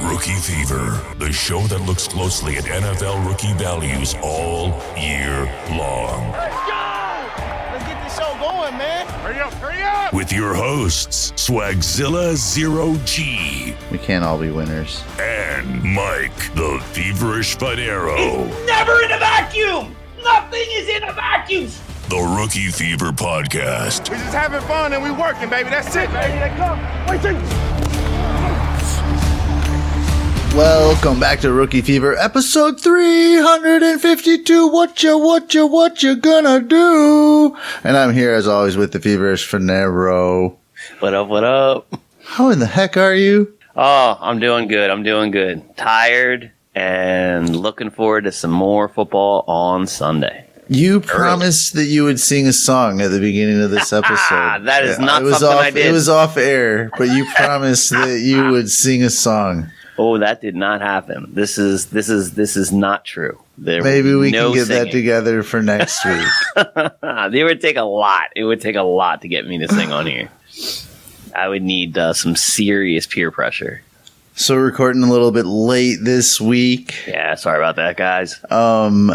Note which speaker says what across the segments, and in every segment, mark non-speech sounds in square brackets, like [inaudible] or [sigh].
Speaker 1: Rookie Fever, the show that looks closely at NFL rookie values all year long.
Speaker 2: Let's get this show going, man. Hurry up, hurry up.
Speaker 1: With your hosts, Swagzilla Zero G
Speaker 3: We can't all be winners.
Speaker 1: and Mike the Feverish Fadero.
Speaker 4: never in a vacuum. Nothing is in a vacuum.
Speaker 1: The Rookie Fever Podcast.
Speaker 2: We just having fun and we working, baby. That's it. Baby, they come. Wait till
Speaker 3: Welcome back to Rookie Fever, episode 352. What you, what you, what you gonna do? And I'm here as always with the feverish Finero.
Speaker 4: What up? What up?
Speaker 3: How in the heck are you?
Speaker 4: Oh, I'm doing good. I'm doing good. Tired and looking forward to some more football on Sunday.
Speaker 3: You promised that you would sing a song at the beginning of
Speaker 4: [laughs]
Speaker 3: this episode.
Speaker 4: That is not
Speaker 3: it was
Speaker 4: something
Speaker 3: off,
Speaker 4: I did.
Speaker 3: It was off air, but you promised that you would sing a song.
Speaker 4: Oh, that did not happen. This is this is this is not true. There
Speaker 3: Maybe
Speaker 4: will be
Speaker 3: we
Speaker 4: no
Speaker 3: can get that
Speaker 4: singing.
Speaker 3: together for next week.
Speaker 4: it would take a lot. It would take a lot to get me to sing on here. I would need uh, some serious peer pressure.
Speaker 3: so we're recording a little bit late this week.
Speaker 4: Yeah, sorry about
Speaker 3: [laughs]
Speaker 4: that, guys.
Speaker 3: Um,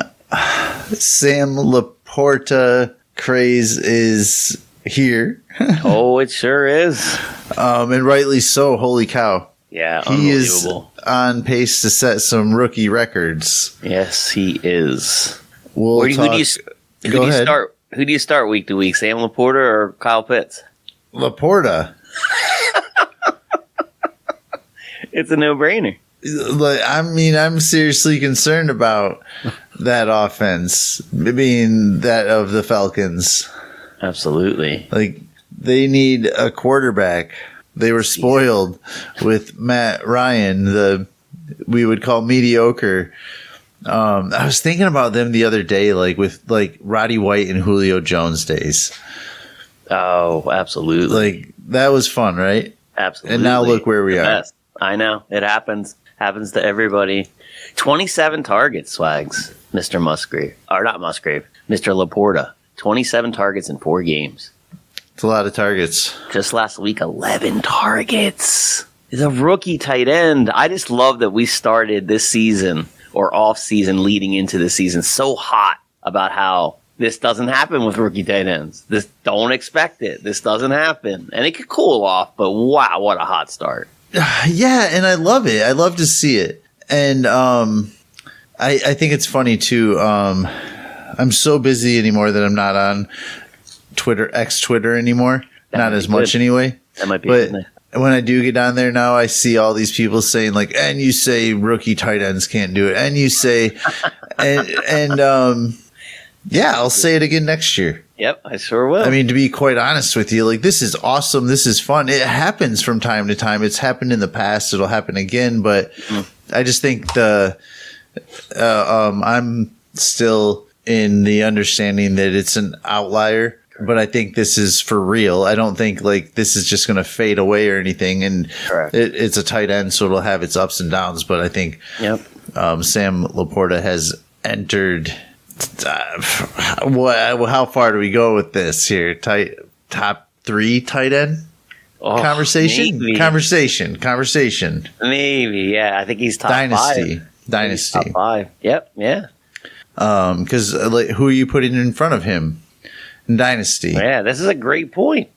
Speaker 3: Sam Laporta craze is here,
Speaker 4: Oh, it sure is.
Speaker 3: um, and rightly so. Holy cow,
Speaker 4: Yeah,
Speaker 3: he is
Speaker 4: unbelievable.
Speaker 3: on pace to set some rookie records.
Speaker 4: Yes, he is.
Speaker 3: We'll
Speaker 4: Where do, who
Speaker 3: talk-
Speaker 4: do you s-
Speaker 3: Go
Speaker 4: who do you
Speaker 3: ahead.
Speaker 4: start? Who do you start week to week? Sam Laporta or Kyle Pitts?
Speaker 3: Laporta.
Speaker 4: It's a no brainer.
Speaker 3: Like, I mean, I'm seriously concerned about that offense being that of the Falcons.
Speaker 4: Absolutely.
Speaker 3: Like they need a quarterback. They were spoiled with Matt Ryan, the we would call mediocre. Um, I was thinking about them the other day, like with like Roddy White and Julio Jones days.
Speaker 4: Oh, absolutely.
Speaker 3: Like that was fun, right?
Speaker 4: absolutely.
Speaker 3: And now look where we
Speaker 4: The
Speaker 3: are.
Speaker 4: best. I know it happens. Happens to everybody. Twenty-seven targets, swags, Mister Musgrave, or not Musgrave, Mister Laporta. Twenty-seven targets in four games.
Speaker 3: It's a lot of targets.
Speaker 4: Just last week, 11 targets. He's a rookie tight end. I just love that we started this season or off season leading into the season so hot about how this doesn't happen with rookie tight ends. This don't expect it. This doesn't happen. And it could cool off, but wow, what a hot start.
Speaker 3: Yeah, and I love it. I love to see it. And um I I think it's funny too. Um I'm so busy anymore that I'm not on Twitter X Twitter anymore. not
Speaker 4: would
Speaker 3: as
Speaker 4: be
Speaker 3: much
Speaker 4: good.
Speaker 3: anyway.
Speaker 4: That might be
Speaker 3: But when I do get down there now, I see all these people saying like, "And you say rookie tight ends can't do it," and you say, and and um, yeah, I'll say it again next year.
Speaker 4: Yep, I sure will.
Speaker 3: I mean, to be quite honest with you, like this is awesome. This is fun. It happens from time to time. It's happened in the past. It'll happen again. But I just think the uh, um, I'm still in the understanding that it's an outlier. But I think this is for real. I don't think like this is just going to fade away or anything. And
Speaker 4: Correct.
Speaker 3: it, it's a tight end, so it'll have its ups and downs. But I think
Speaker 4: yep.
Speaker 3: um, Sam Laporta has entered. Uh, what? How far do we go with this here? Tight top three tight end
Speaker 4: Oh,
Speaker 3: conversation,
Speaker 4: Maybe,
Speaker 3: conversation, conversation.
Speaker 4: maybe. Yeah, I think he's top
Speaker 3: dynasty,
Speaker 4: five. He's top
Speaker 3: dynasty.
Speaker 4: five. Yep. Yeah.
Speaker 3: Um, because uh, like, who are you putting in front of him? In dynasty.
Speaker 4: Yeah. This is a great point.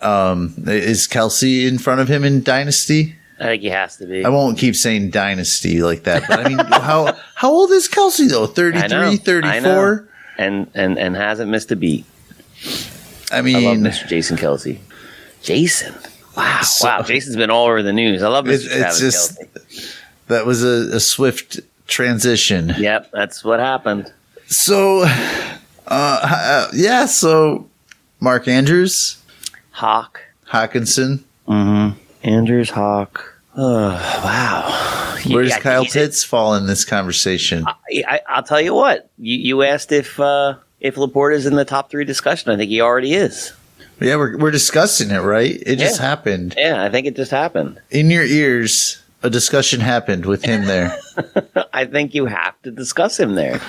Speaker 3: Um, is Kelsey in front of him in dynasty?
Speaker 4: I think he has to be.
Speaker 3: I won't keep saying dynasty like that, but I
Speaker 4: [laughs]
Speaker 3: mean, how how old is Kelsey though? 33,
Speaker 4: I know.
Speaker 3: 34?
Speaker 4: and and and hasn't missed a beat.
Speaker 3: I,
Speaker 4: I love
Speaker 3: mean,
Speaker 4: Mr. Jason Kelsey. Jason, wow,
Speaker 3: So-
Speaker 4: wow, Jason's been all over the news. I love Mr.
Speaker 3: It's- it's
Speaker 4: Travis
Speaker 3: just-
Speaker 4: Kelsey.
Speaker 3: that was a, a swift transition.
Speaker 4: Yep, that's what happened.
Speaker 3: So, uh, uh, yeah, so Mark Andrews,
Speaker 4: Hawk,
Speaker 3: Hawkinson, Mm-hmm.
Speaker 4: Andrews, Hawk. Oh, wow.
Speaker 3: where's
Speaker 4: [laughs] Yeah,
Speaker 3: Kyle
Speaker 4: he's- Uh,
Speaker 3: Pitts fall in this conversation?
Speaker 4: I, I'll tell you what. You, you asked if uh, if Laporta's in the top three discussion. I think he already is.
Speaker 3: yeah, we're, we're discussing it, right? It just
Speaker 4: Yeah.
Speaker 3: happened.
Speaker 4: Yeah, I think it just happened.
Speaker 3: In your ears, a discussion happened with him
Speaker 4: [laughs]
Speaker 3: there.
Speaker 4: I think you have to discuss him there.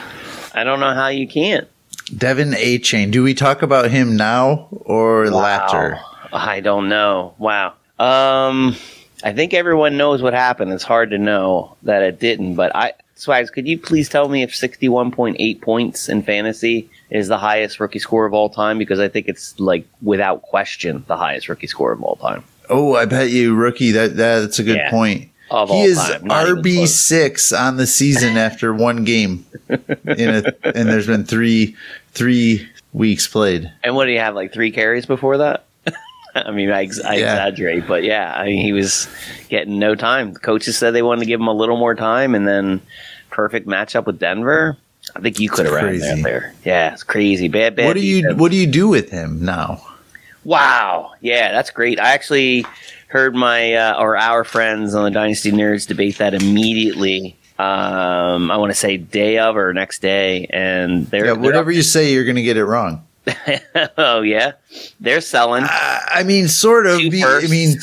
Speaker 4: I don't know how you can't.
Speaker 3: Devin A. Chain. Do we talk about him now or latter?
Speaker 4: I don't know. Wow. Um, I think everyone knows what happened. It's hard to know that it didn't, but I Swags, could you please tell me if 61.8 points in fantasy is the highest rookie score of all time because I think it's like without question the highest rookie score of all time.
Speaker 3: Oh, I bet you, rookie. That, that that's a good
Speaker 4: Yeah.
Speaker 3: point.
Speaker 4: Of
Speaker 3: He
Speaker 4: all
Speaker 3: is
Speaker 4: time, not even
Speaker 3: RB
Speaker 4: close.
Speaker 3: six on the season after one game, in a, and there's been three three weeks played.
Speaker 4: And what did he have like three carries before that? [laughs] I mean, I, ex- I
Speaker 3: Yeah.
Speaker 4: exaggerate, but yeah, I mean, he was getting no time. The coaches said they wanted to give him a little more time, and then perfect matchup with Denver. I think you could have ran
Speaker 3: crazy.
Speaker 4: that there. Yeah, it's crazy. Bad, bad.
Speaker 3: What do you
Speaker 4: defense.
Speaker 3: what do you do with him now?
Speaker 4: Wow. Yeah, that's great. I actually heard my uh, or our friends on the Dynasty Nerds debate that immediately. Um, I want to say day of or next day, and they're,
Speaker 3: Yeah,
Speaker 4: they're-
Speaker 3: whatever you say, you're going to get it wrong.
Speaker 4: [laughs] oh yeah, they're selling.
Speaker 3: I mean, sort of.
Speaker 4: Two
Speaker 3: Be- I
Speaker 4: firsts.
Speaker 3: mean,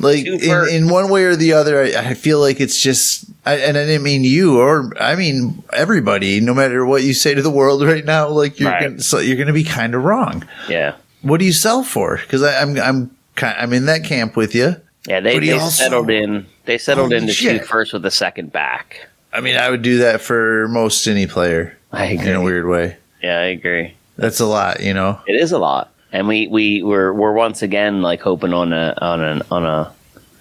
Speaker 3: like
Speaker 4: Two
Speaker 3: in,
Speaker 4: firsts.
Speaker 3: in one way or the other, I, I feel like it's just. I, and I didn't mean you, or I mean everybody. No matter what you say to the world right now, like you're
Speaker 4: Right.
Speaker 3: gonna, so you're going to be kind of wrong.
Speaker 4: yeah,
Speaker 3: What do you sell for? Because I'm I'm ki- I'm in that camp with you.
Speaker 4: yeah. They,
Speaker 3: But he
Speaker 4: they
Speaker 3: also-
Speaker 4: settled in. They settled
Speaker 3: Holy
Speaker 4: in to
Speaker 3: shit.
Speaker 4: shoot first with the second back.
Speaker 3: I mean, I would do that for most any player
Speaker 4: I agree.
Speaker 3: in a weird way.
Speaker 4: Yeah, I agree.
Speaker 3: That's a lot, you know.
Speaker 4: It is a lot, and we we we're we're once again like hoping on a on an on a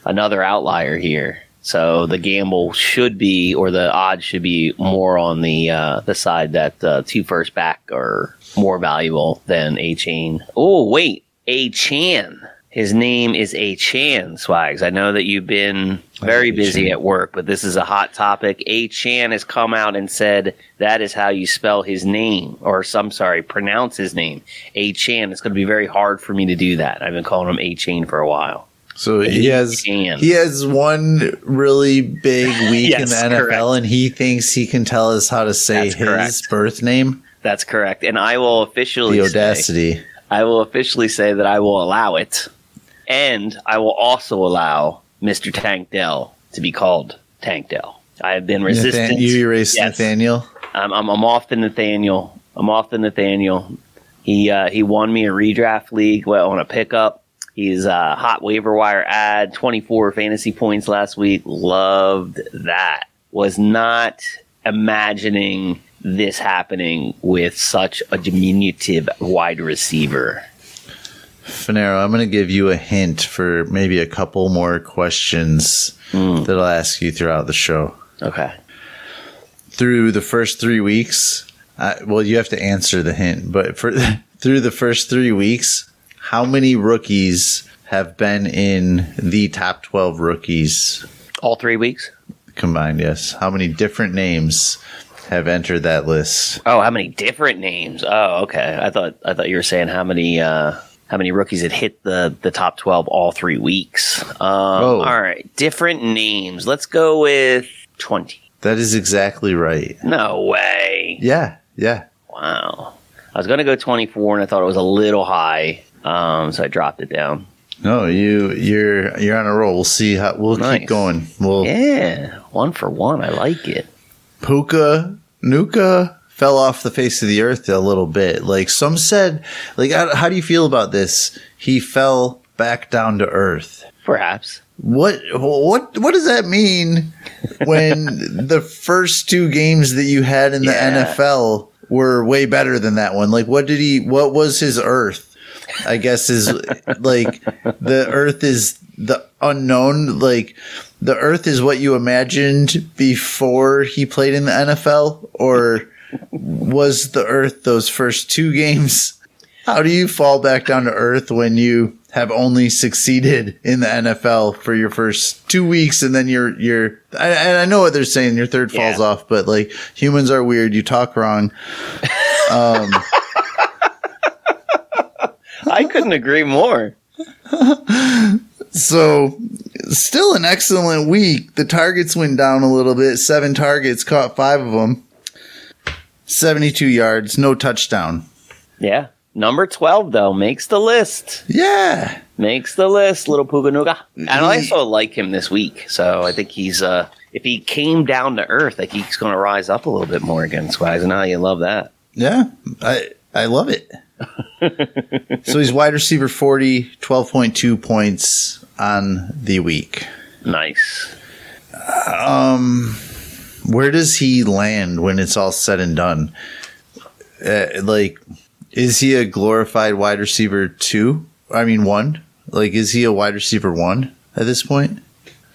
Speaker 4: another outlier here. So the gamble should be, or the odds should be more on the uh, the side that uh, two first back are more valuable than a chain. Oh wait, a Chan. His name is a Chan Swags. I know that you've been very busy at work, but this is a hot topic. A Chan has come out and said that is how you spell his name, or some sorry, pronounce his name. A Chan. It's going to be very hard for me to do that. I've been calling him a Chan for a while.
Speaker 3: So he has
Speaker 4: can.
Speaker 3: he has one really
Speaker 4: [laughs]
Speaker 3: big week in
Speaker 4: Yes,
Speaker 3: the NFL,
Speaker 4: correct.
Speaker 3: and he thinks he can tell us how to say
Speaker 4: That's
Speaker 3: his
Speaker 4: correct.
Speaker 3: birth name.
Speaker 4: That's correct. And I will officially
Speaker 3: The
Speaker 4: say-
Speaker 3: audacity.
Speaker 4: I will officially say that I will allow it. And I will also allow Mr. Tank Dell to be called Tank Dell. I have been resistant.
Speaker 3: Nathan- you erased
Speaker 4: Yes.
Speaker 3: Nathaniel.
Speaker 4: I'm, Um, I'm, I'm off the Nathaniel. I'm off the Nathaniel. He uh, he won me a redraft league well, on a pickup. He's a hot waiver wire ad, 24 fantasy points last week. Loved that. Was not imagining this happening with such a diminutive wide receiver.
Speaker 3: Finero, I'm going to give you a hint for maybe a couple more questions
Speaker 4: Hmm.
Speaker 3: that I'll ask you throughout the show.
Speaker 4: Okay.
Speaker 3: Through the first three weeks, uh, well, you have to answer the hint, but for [laughs] through the first three weeks, how many rookies have been in the top 12 rookies
Speaker 4: All three weeks?
Speaker 3: combined? Yes. How many different names have entered that list?
Speaker 4: Oh, how many different names? Oh, okay. I thought I thought you were saying how many uh, how many rookies had hit the the top twelve all three weeks. Um,
Speaker 3: Oh.
Speaker 4: All right, different names. Let's go with twenty.
Speaker 3: That is exactly right.
Speaker 4: No way.
Speaker 3: Yeah. Yeah.
Speaker 4: Wow. I was gonna go twenty four, and I thought it was a little high, um, so I dropped it down.
Speaker 3: No, you you're you're on a roll. We'll see how we'll
Speaker 4: Nice.
Speaker 3: keep going. We'll
Speaker 4: Yeah, one for one. I like it.
Speaker 3: Puka Nuka fell off the face of the earth a little bit. Like some said, like how, how do you feel about this? He fell back down to earth.
Speaker 4: Perhaps.
Speaker 3: What what what does that mean when the first two games that you had in the
Speaker 4: Yeah.
Speaker 3: NFL were way better than that one? Like what did he what was his earth? I guess is like the earth is the unknown like the earth is what you imagined before he played in the NFL or was the earth those first two games? How do you fall back down to earth when you have only succeeded in the NFL for your first two weeks and then you're, you're, I- and I know what they're saying, your third falls
Speaker 4: Yeah.
Speaker 3: off, but like humans are weird. You talk wrong. Um,
Speaker 4: I couldn't agree more.
Speaker 3: so still an excellent week. The targets went down a little bit. Seven targets, caught five of them, 72 yards, no touchdown.
Speaker 4: Yeah. Number twelve though makes the list.
Speaker 3: Yeah.
Speaker 4: makes the list, little Puka Nuga. And I also like him this week, so I think he's uh if he came down to earth, I think he's going to rise up a little bit more against Wise. And how you love that?
Speaker 3: Yeah, I I love
Speaker 4: [laughs]
Speaker 3: it. so he's wide receiver 40, 12.2 points on the week. Um,
Speaker 4: Nice.
Speaker 3: Where does he land when it's all said and done? Uh, like, is he a glorified wide receiver two? I mean, one. Like, is he a wide receiver one at this point?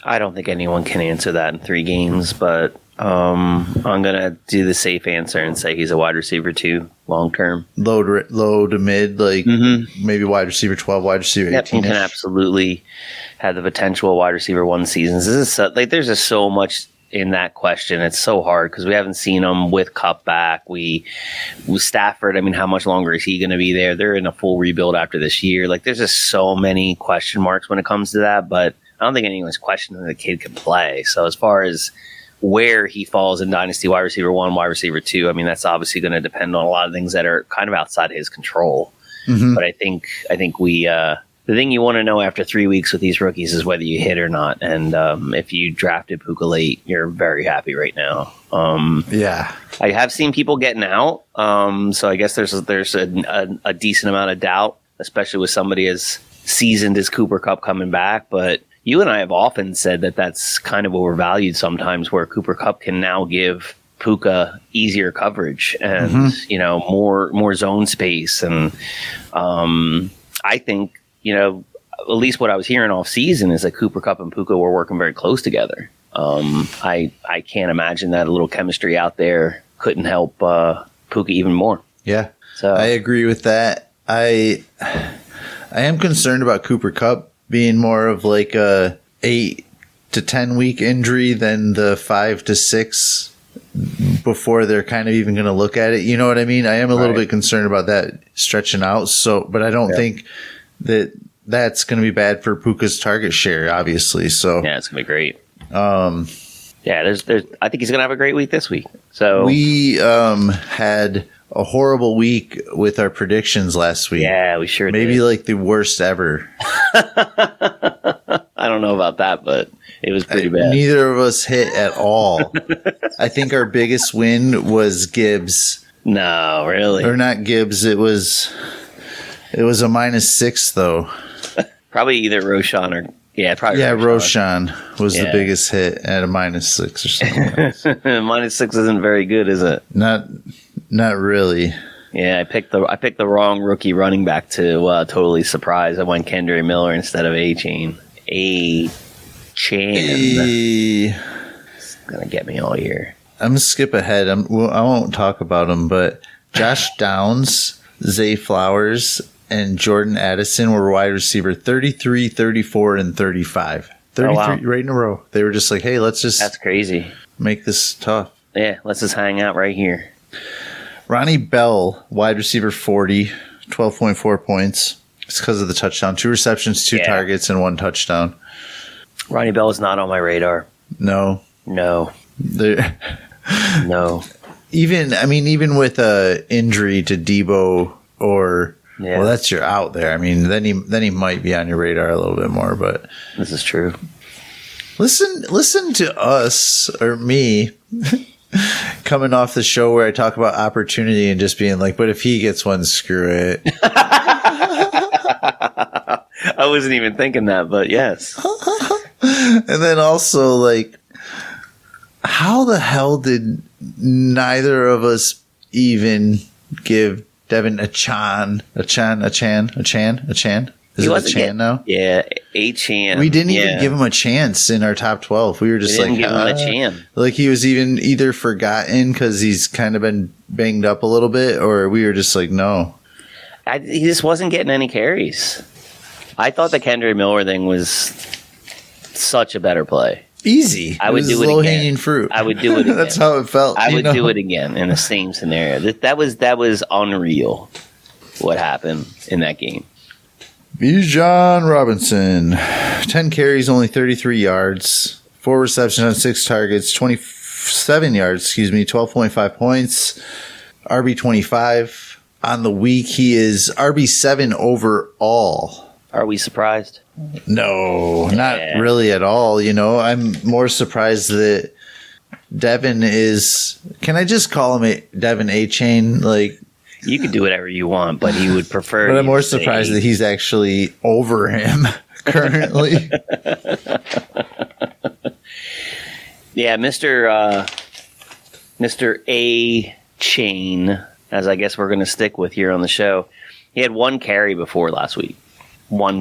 Speaker 4: I don't think anyone can answer that in three games, but um, I'm gonna do the safe answer and say he's a wide receiver too, long term.
Speaker 3: Low to, ri- low to mid, like maybe wide receiver twelve, wide receiver
Speaker 4: Hmm. Yep, he
Speaker 3: eighteen.
Speaker 4: can absolutely have the potential of wide receiver one seasons. This is so, like there's just so much in that question. It's so hard because we haven't seen him with Cup back. We with Stafford. I mean, how much longer is he going to be there? They're in a full rebuild after this year. Like there's just so many question marks when it comes to that. But I don't think anyone's questioning that the kid can play. So as far as where he falls in dynasty wide receiver one, wide receiver two. I mean, that's obviously going to depend on a lot of things that are kind of outside his control but I think I think we uh, the thing you want to know after three weeks with these rookies is whether you hit or not. And um, if you drafted Puka late, you're very happy right now. Um,
Speaker 3: Yeah,
Speaker 4: I have seen people getting out, um, so I guess there's a, there's a, a, a decent amount of doubt, especially with somebody as seasoned as Cooper Cup coming back, but. You and I have often said that that's kind of overvalued sometimes, where Cooper Cup can now give Puka easier coverage and you know more more zone space and um, I think you know at least what I was hearing off season is that Cooper Cup and Puka were working very close together. Um, I I can't imagine that a little chemistry out there couldn't help uh, Puka even more.
Speaker 3: yeah.
Speaker 4: So
Speaker 3: I agree with that. I I am concerned about Cooper Cup being more of like a eight to ten week injury than the five to six before they're kind of even going to look at it. You know what I mean? I am a little
Speaker 4: Right.
Speaker 3: bit concerned about that stretching out. So, but I don't think that that's going to be bad for Puka's target share, obviously. So
Speaker 4: yeah, it's gonna be great. Um, yeah, there's there's I think he's gonna have a great week this week. So
Speaker 3: we um, had a horrible week with our predictions last week.
Speaker 4: yeah, we sure
Speaker 3: Maybe
Speaker 4: did.
Speaker 3: like the worst ever.
Speaker 4: I don't know about that, but it was pretty bad.
Speaker 3: Neither of us hit at all.
Speaker 4: [laughs]
Speaker 3: I think our biggest win was Gibbs,
Speaker 4: no, really.
Speaker 3: or not Gibbs. It was it was a minus six though.
Speaker 4: Probably either Roshan or yeah, probably
Speaker 3: Yeah, Roshan was the
Speaker 4: Yeah.
Speaker 3: biggest hit at a minus six or something. [laughs]
Speaker 4: [laughs] Minus six isn't very good, is it?
Speaker 3: not not really.
Speaker 4: Yeah, I picked the I picked the wrong rookie running back to uh, totally surprise. I went Kendra Miller instead of A Chain. A Chain
Speaker 3: Eh,
Speaker 4: gonna get me all year.
Speaker 3: I'm gonna skip ahead. I'm well, I won't talk about them, but
Speaker 4: [laughs]
Speaker 3: Josh Downs, Zay Flowers, and Jordan Addison were wide receiver 33, 34, and 35. 33
Speaker 4: Oh, wow.
Speaker 3: right in a row. They were just like, hey, let's just
Speaker 4: That's crazy.
Speaker 3: make this tough.
Speaker 4: Yeah, let's just hang out right here.
Speaker 3: Ronnie Bell, wide receiver 40, 12.4 points. It's because of the touchdown. Two receptions, two
Speaker 4: Yeah.
Speaker 3: targets, and one touchdown.
Speaker 4: Ronnie Bell is not on my radar.
Speaker 3: No.
Speaker 4: No,
Speaker 3: There-
Speaker 4: no.
Speaker 3: Even, I mean, even with a injury to Debo or,
Speaker 4: Yeah.
Speaker 3: well, that's your out there. I mean, then he, then he might be on your radar a little bit more, but
Speaker 4: This is true.
Speaker 3: listen, listen to us or me [laughs] coming off the show where I talk about opportunity and just being like, but if he gets one, screw
Speaker 4: [laughs]
Speaker 3: it.
Speaker 4: I wasn't even thinking that, but yes.
Speaker 3: And then also, like, how the hell did neither of us even give Devin a chan, a chan, a chan, a chan, a chan? Is
Speaker 4: He
Speaker 3: it a
Speaker 4: wasn't
Speaker 3: chan
Speaker 4: get-
Speaker 3: now?
Speaker 4: Yeah, A Chan.
Speaker 3: We didn't
Speaker 4: Yeah.
Speaker 3: even give him a chance in our top twelve. We were
Speaker 4: We
Speaker 3: just
Speaker 4: didn't
Speaker 3: like,
Speaker 4: give him a
Speaker 3: "Ah."
Speaker 4: chan.
Speaker 3: like he was even either forgotten because he's kind of been banged up a little bit, or we were just like, no,
Speaker 4: I, he just wasn't getting any carries. I thought the Kendra Miller thing was such a better play.
Speaker 3: easy.
Speaker 4: I would do it again.
Speaker 3: Low hanging fruit. [laughs]
Speaker 4: I would do it again.
Speaker 3: That's how it felt.
Speaker 4: I
Speaker 3: you
Speaker 4: would
Speaker 3: know?
Speaker 4: do it again in the same scenario. That, that was that was unreal. What happened in that game?
Speaker 3: Bijan Robinson, 10 carries, only 33 yards, four receptions on six targets, 27 yards, excuse me, 12.5 points, RB25. On the week, he is RB7 overall.
Speaker 4: Are we surprised?
Speaker 3: No, not
Speaker 4: Yeah.
Speaker 3: really at all. You know, I'm more surprised that Devin is. Can I just call him a, Devin A Chain? Like,
Speaker 4: You could do whatever you want, but he would prefer.
Speaker 3: But I'm
Speaker 4: you
Speaker 3: more [laughs]
Speaker 4: say-
Speaker 3: surprised that he's actually over him currently.
Speaker 4: Yeah, Mister uh, Mister A Chain, as I guess we're going to stick with here on the show. He had one carry before last week. One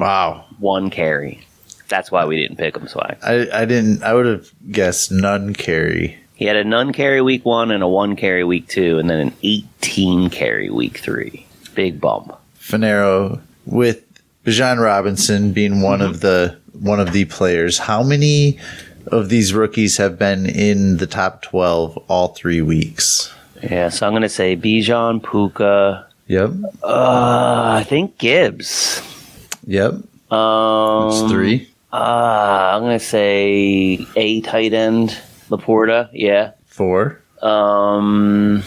Speaker 3: [laughs] Wow.
Speaker 4: one carry. That's why we didn't pick him. Swag.
Speaker 3: I, I didn't. I would have guessed none carry.
Speaker 4: He had a none carry week one and a one carry week two, and then an eighteen carry week three. Big bump.
Speaker 3: Finero with Bijan Robinson being one of the one of the players. How many of these rookies have been in the top twelve all three weeks?
Speaker 4: Yeah, so I'm going to say Bijan, Puka.
Speaker 3: Yep.
Speaker 4: Uh, I think Gibbs.
Speaker 3: Yep.
Speaker 4: Um,
Speaker 3: It's three.
Speaker 4: Uh, I'm gonna say a tight end, Laporta. Yeah.
Speaker 3: Four.
Speaker 4: Um,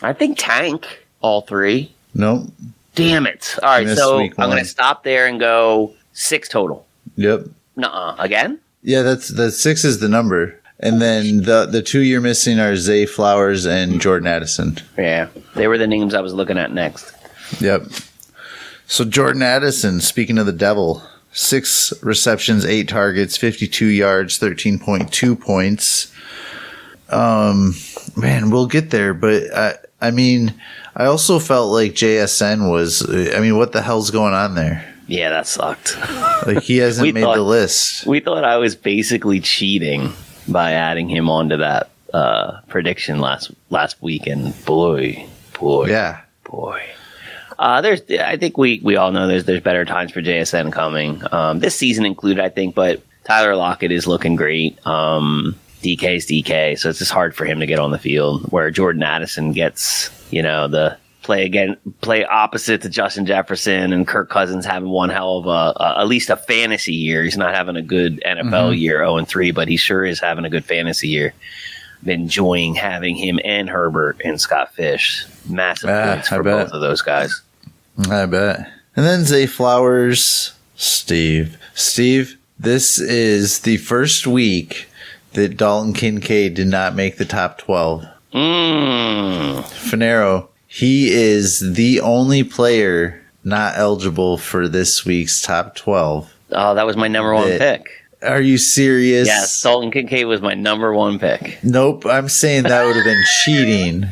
Speaker 4: I think Tank. All three.
Speaker 3: Nope.
Speaker 4: Damn it! All right,
Speaker 3: Missed
Speaker 4: so I'm
Speaker 3: week
Speaker 4: gonna
Speaker 3: one.
Speaker 4: stop there and go six total.
Speaker 3: Yep.
Speaker 4: Nuh-uh. Again?
Speaker 3: Yeah, that's the six is the number. And then the the two you're missing are Zay Flowers and Jordan Addison.
Speaker 4: Yeah. They were the names I was looking at next.
Speaker 3: Yep. So Jordan Addison, speaking of the devil, six receptions, eight targets, fifty-two yards, thirteen point two points. Um, man, we'll get there, but I, I mean, I also felt like JSN was. I mean, what the hell's going on there?
Speaker 4: Yeah, that sucked.
Speaker 3: Like he
Speaker 4: We
Speaker 3: hasn't made the
Speaker 4: thought-
Speaker 3: list.
Speaker 4: we thought I was basically cheating by adding him onto that uh, prediction last last weekend. Boy, boy.
Speaker 3: Yeah,
Speaker 4: boy. Uh, there's, I think we we all know there's there's better times for JSN coming. Um, this season included, I think, but Tyler Lockett is looking great. Um, DK's DK, so it's just hard for him to get on the field. Where Jordan Addison gets, you know, the play again, play opposite to Justin Jefferson and Kirk Cousins having one hell of a, a at least a fantasy year. He's not having a good NFL
Speaker 3: Mm-hmm.
Speaker 4: year, zero and three, but he sure is having a good fantasy year. I'm enjoying having him and Herbert and Scott Fish. Massive
Speaker 3: Ah,
Speaker 4: points
Speaker 3: I
Speaker 4: for
Speaker 3: bet.
Speaker 4: both of those guys.
Speaker 3: I bet. And then Zay Flowers, Steve. Steve, this is the first week that Dalton Kincaid did not make the top 12.
Speaker 4: Mm.
Speaker 3: Finero, he is the only player not eligible for this week's top 12.
Speaker 4: Oh, that was my number one
Speaker 3: Bit.
Speaker 4: pick.
Speaker 3: Are you serious?
Speaker 4: Yes, Dalton Kincaid was my number one pick.
Speaker 3: Nope. I'm saying that would have been cheating.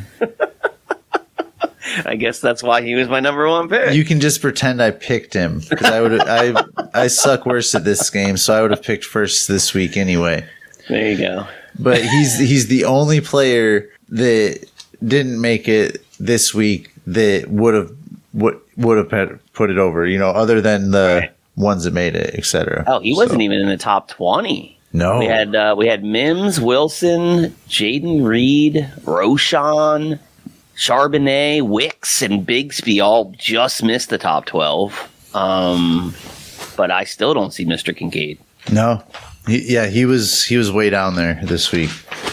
Speaker 4: I guess that's why he was my number one pick.
Speaker 3: You can just pretend I picked him because I would. I I suck worse at this game, so I would have picked first this week anyway.
Speaker 4: there you go.
Speaker 3: but he's he's the only player that didn't make it this week that would have would would have put- put it over. You know, other than the ones that made it, etc.
Speaker 4: Oh, he wasn't even in the top twenty.
Speaker 3: No,
Speaker 4: We had uh, we had Mims, Wilson, Jaden Reed, Roshan, Charbonnet, Wicks, and Bigsby all just missed the top twelve. Um, but I still don't see Mr. Kincaid.
Speaker 3: no, he, yeah, he was he was way down there this week.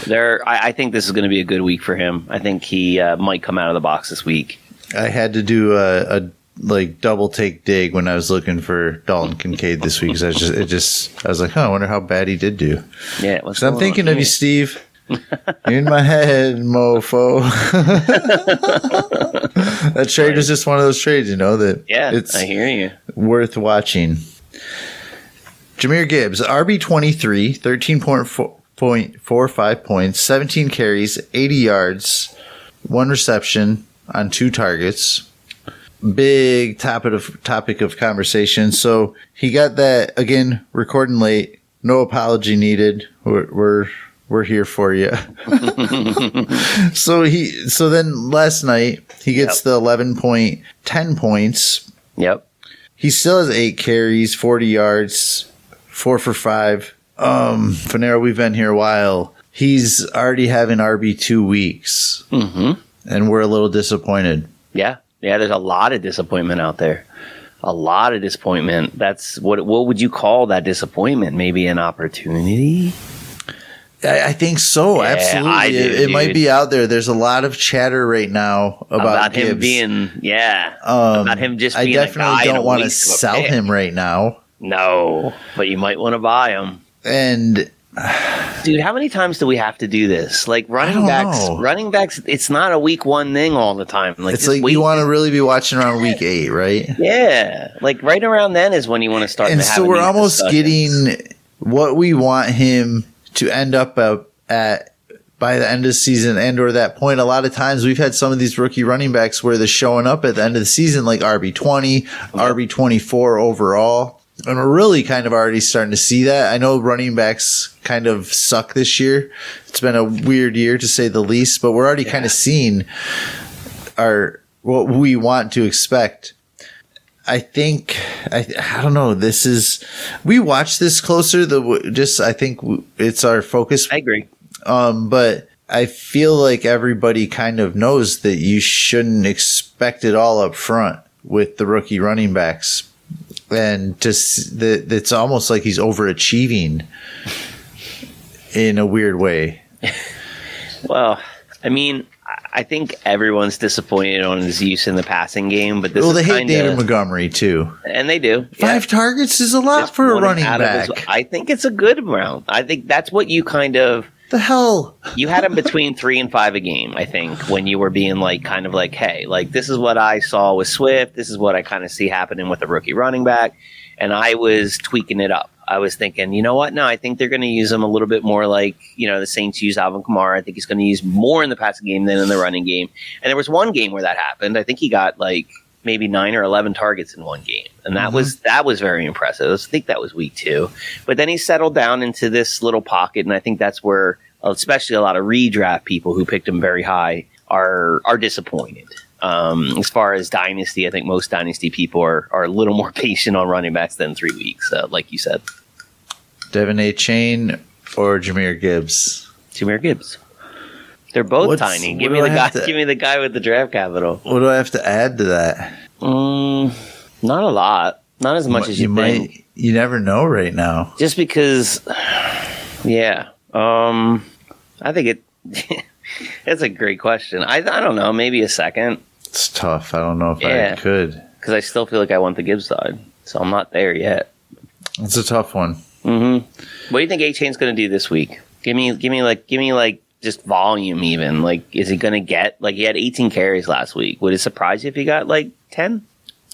Speaker 4: There, I, I think this is going to be a good week for him. I think he uh, might come out of the box this week.
Speaker 3: I had to do a, a like double take dig when I was looking for Dalton Kincaid this week because I just it just I was like, oh, I wonder how bad he did do.
Speaker 4: Yeah, what's
Speaker 3: So I'm
Speaker 4: going
Speaker 3: thinking
Speaker 4: on?
Speaker 3: of you, Steve.
Speaker 4: [laughs]
Speaker 3: You're in my head, mofo. [laughs] that trade was just one of those trades, you know, that
Speaker 4: Yeah,
Speaker 3: it's
Speaker 4: I hear you.
Speaker 3: worth watching. Jameer Gibbs, RB23, 13.45 points, 17 carries, 80 yards, one reception on two targets. Big topic of topic of conversation. So he got that again. Recording late, no apology needed. We're we're, we're here for you. [laughs] so he so then last night he gets
Speaker 4: Yep.
Speaker 3: the eleven point ten points,
Speaker 4: Yep.
Speaker 3: he still has eight carries, 40 yards, four for five. Um, Finero, we've been here a while. He's already having RB two weeks,
Speaker 4: hmm
Speaker 3: and we're a little disappointed.
Speaker 4: Yeah, yeah. There's a lot of disappointment out there. A lot of disappointment. That's what. What would you call that disappointment? Maybe an opportunity.
Speaker 3: I, I think so.
Speaker 4: Yeah,
Speaker 3: absolutely,
Speaker 4: I do,
Speaker 3: it, it might
Speaker 4: dude.
Speaker 3: be out there. There's a lot of chatter right now about,
Speaker 4: about, him
Speaker 3: Gibbs.
Speaker 4: being yeah
Speaker 3: Um,
Speaker 4: about him just
Speaker 3: I
Speaker 4: being a guy
Speaker 3: definitely
Speaker 4: and a
Speaker 3: don't want to
Speaker 4: waste of a
Speaker 3: sell
Speaker 4: pick.
Speaker 3: him right now.
Speaker 4: no but you might want to buy him
Speaker 3: And
Speaker 4: dude how many times do we have to do this like running
Speaker 3: don't
Speaker 4: backs
Speaker 3: know.
Speaker 4: running backs it's not a week one thing all the time like
Speaker 3: it's
Speaker 4: just
Speaker 3: like
Speaker 4: wait-
Speaker 3: you want to really be watching around week eight, right?
Speaker 4: yeah like right around then is when you want to start
Speaker 3: and
Speaker 4: to
Speaker 3: so
Speaker 4: have
Speaker 3: we're
Speaker 4: these
Speaker 3: almost
Speaker 4: discussions.
Speaker 3: getting what we want him to end up up at by the end of the season and or that point. A lot of times we've had some of these rookie running backs where they're showing up at the end of the season like RB twenty, RB twenty four overall. And we're really kind of already starting to see that. I know running backs kind of suck this year. It's been a weird year to say the least, but we're already kind of seeing our what we want to expect. I think I I don't know. This is we watch this closer. The w- just I think w- it's our focus
Speaker 4: I agree.
Speaker 3: um, but I feel like everybody kind of knows that you shouldn't expect it all up front with the rookie running backs, and just that it's almost like he's overachieving in a weird way.
Speaker 4: Well, I mean, I- I think everyone's disappointed on his use in the passing game, but this
Speaker 3: well,
Speaker 4: is
Speaker 3: they hate
Speaker 4: kinda,
Speaker 3: David Montgomery too.
Speaker 4: and they do Yeah.
Speaker 3: Five targets is a lot
Speaker 4: Just
Speaker 3: for a
Speaker 4: one
Speaker 3: running
Speaker 4: out of his-
Speaker 3: back.
Speaker 4: I think it's a good round. I think that's what you kind of
Speaker 3: the hell,
Speaker 4: you had him between three and five a game, I think, when you were being like, kind of like, hey, like this is what I saw with Swift. This is what I kind of see happening with a rookie running back, and I was tweaking it up. I was thinking, you know what? No, I think they're going to use him a little bit more like you know the Saints use Alvin Kamara. I think he's going to use more in the passing game than in the running game. And there was one game where that happened. I think he got like maybe nine or eleven targets in one game, and that was that was very impressive. I think that was week two. But then he settled down into this little pocket, and I think that's where, especially a lot of redraft people who picked him very high are are disappointed. Um, as far as dynasty, I think most dynasty people are, are a little [laughs] more patient on running backs than three weeks, uh, like you said.
Speaker 3: Devin A. Chain or Jameer Gibbs?
Speaker 4: Jameer Gibbs, they're both
Speaker 3: What's-
Speaker 4: tiny. Give
Speaker 3: what
Speaker 4: me
Speaker 3: do
Speaker 4: the
Speaker 3: I
Speaker 4: guy.
Speaker 3: have to-
Speaker 4: [laughs] Give me the guy with the draft capital.
Speaker 3: What do I have to add to that?
Speaker 4: Mm, not a lot. Not as much as you, think.
Speaker 3: might, you never know right now.
Speaker 4: just because [sighs] yeah um i think it [laughs] it's a great question i, I don't know maybe a second
Speaker 3: It's tough. I don't know if
Speaker 4: Yeah.
Speaker 3: I could.
Speaker 4: because i still feel like i want the gibbs side so i'm not there yet
Speaker 3: It's a tough one.
Speaker 4: mm-hmm. what do you think a chain's gonna do this week give me give me like give me like just volume even like is he gonna get like he had 18 carries last week would it surprise you if he got like 10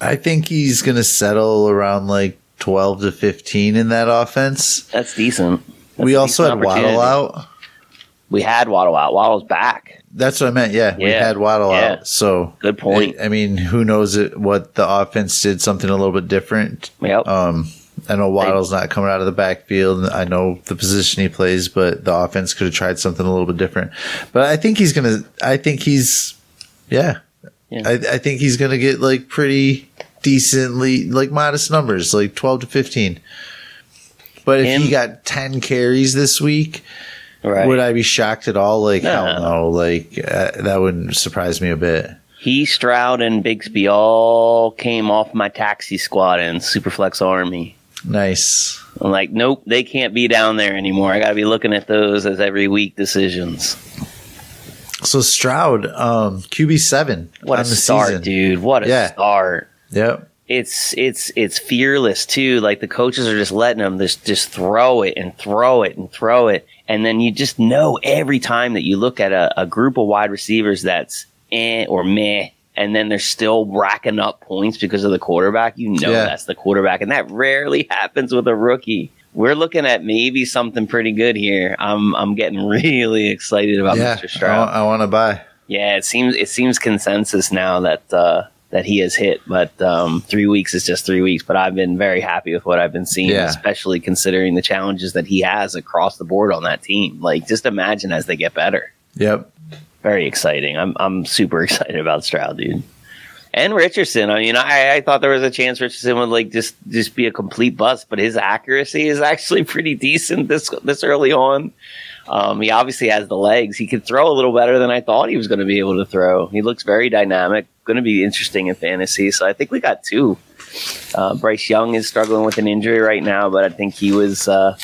Speaker 3: I think he's going to settle around like 12 to 15 in that offense.
Speaker 4: that's decent That's
Speaker 3: we
Speaker 4: a
Speaker 3: also had
Speaker 4: decent opportunity.
Speaker 3: Waddle out.
Speaker 4: we had waddle out waddle's back
Speaker 3: That's what I meant. Yeah, we
Speaker 4: Yeah.
Speaker 3: had Waddle
Speaker 4: Yeah.
Speaker 3: out. So
Speaker 4: good point
Speaker 3: I, I mean, who knows it, what the offense did? Something a little bit different.
Speaker 4: yep
Speaker 3: Um, I know Waddle's not coming out of the backfield. I know the position he plays, but the offense could have tried something a little bit different. But I think he's gonna. I think he's, yeah.
Speaker 4: Yeah.
Speaker 3: I, I think he's gonna get like pretty decently, like modest numbers, like twelve to fifteen. But if
Speaker 4: Him-
Speaker 3: he got ten carries this week,
Speaker 4: right
Speaker 3: would I be shocked at all? Like hell
Speaker 4: No.
Speaker 3: no! Like uh, that wouldn't surprise me a bit.
Speaker 4: He, Stroud, and Bigsby all came off my taxi squad in Superflex Army.
Speaker 3: Nice.
Speaker 4: I'm like, nope, they can't be down there anymore. I got to be looking at those as every week decisions.
Speaker 3: So Stroud, um, QB seven
Speaker 4: What
Speaker 3: on
Speaker 4: a
Speaker 3: the
Speaker 4: start,
Speaker 3: season.
Speaker 4: dude! What a
Speaker 3: Yeah.
Speaker 4: start!
Speaker 3: Yep.
Speaker 4: It's it's it's fearless too. Like the coaches are just letting them just just throw it and throw it and throw it, and then you just know every time that you look at a, a group of wide receivers that's eh or meh, and then they're still racking up points because of the quarterback. You know
Speaker 3: Yeah.
Speaker 4: that's the quarterback, and that rarely [laughs] happens with a rookie. We're looking at maybe something pretty good here. I'm I'm getting [laughs] really excited about
Speaker 3: yeah,
Speaker 4: Mr. Stroud.
Speaker 3: I, want to buy.
Speaker 4: Yeah, it seems it seems consensus now that uh, that he has hit, but um, three weeks is just three weeks. But I've been very happy with what I've been seeing,
Speaker 3: Yeah.
Speaker 4: especially considering the challenges that he has across the board on that team. Like, just imagine as they get better.
Speaker 3: Yep.
Speaker 4: Very exciting. I'm I'm super [laughs] excited about Stroud, dude. And Richardson. I mean, I, I thought there was a chance Richardson would like just just be a complete bust, but his accuracy is [laughs] actually pretty decent this this early on. Um, he obviously has the legs. He could throw a little better than I thought he was going to be able to throw. He looks very dynamic. Going to be interesting in fantasy. So I think we got two. Uh, Bryce Young is struggling with an injury right now, but I think he was uh,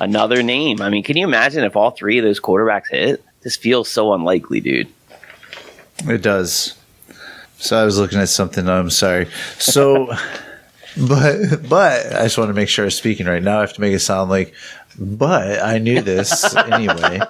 Speaker 4: another name. I mean, can you imagine if all three of those quarterbacks hit? This feels so unlikely, dude.
Speaker 3: It does. So I was looking at something. I'm sorry. So, [laughs] but but I just want to make sure I'm speaking right now. I have to make it sound like. But I knew
Speaker 4: [laughs]
Speaker 3: this anyway.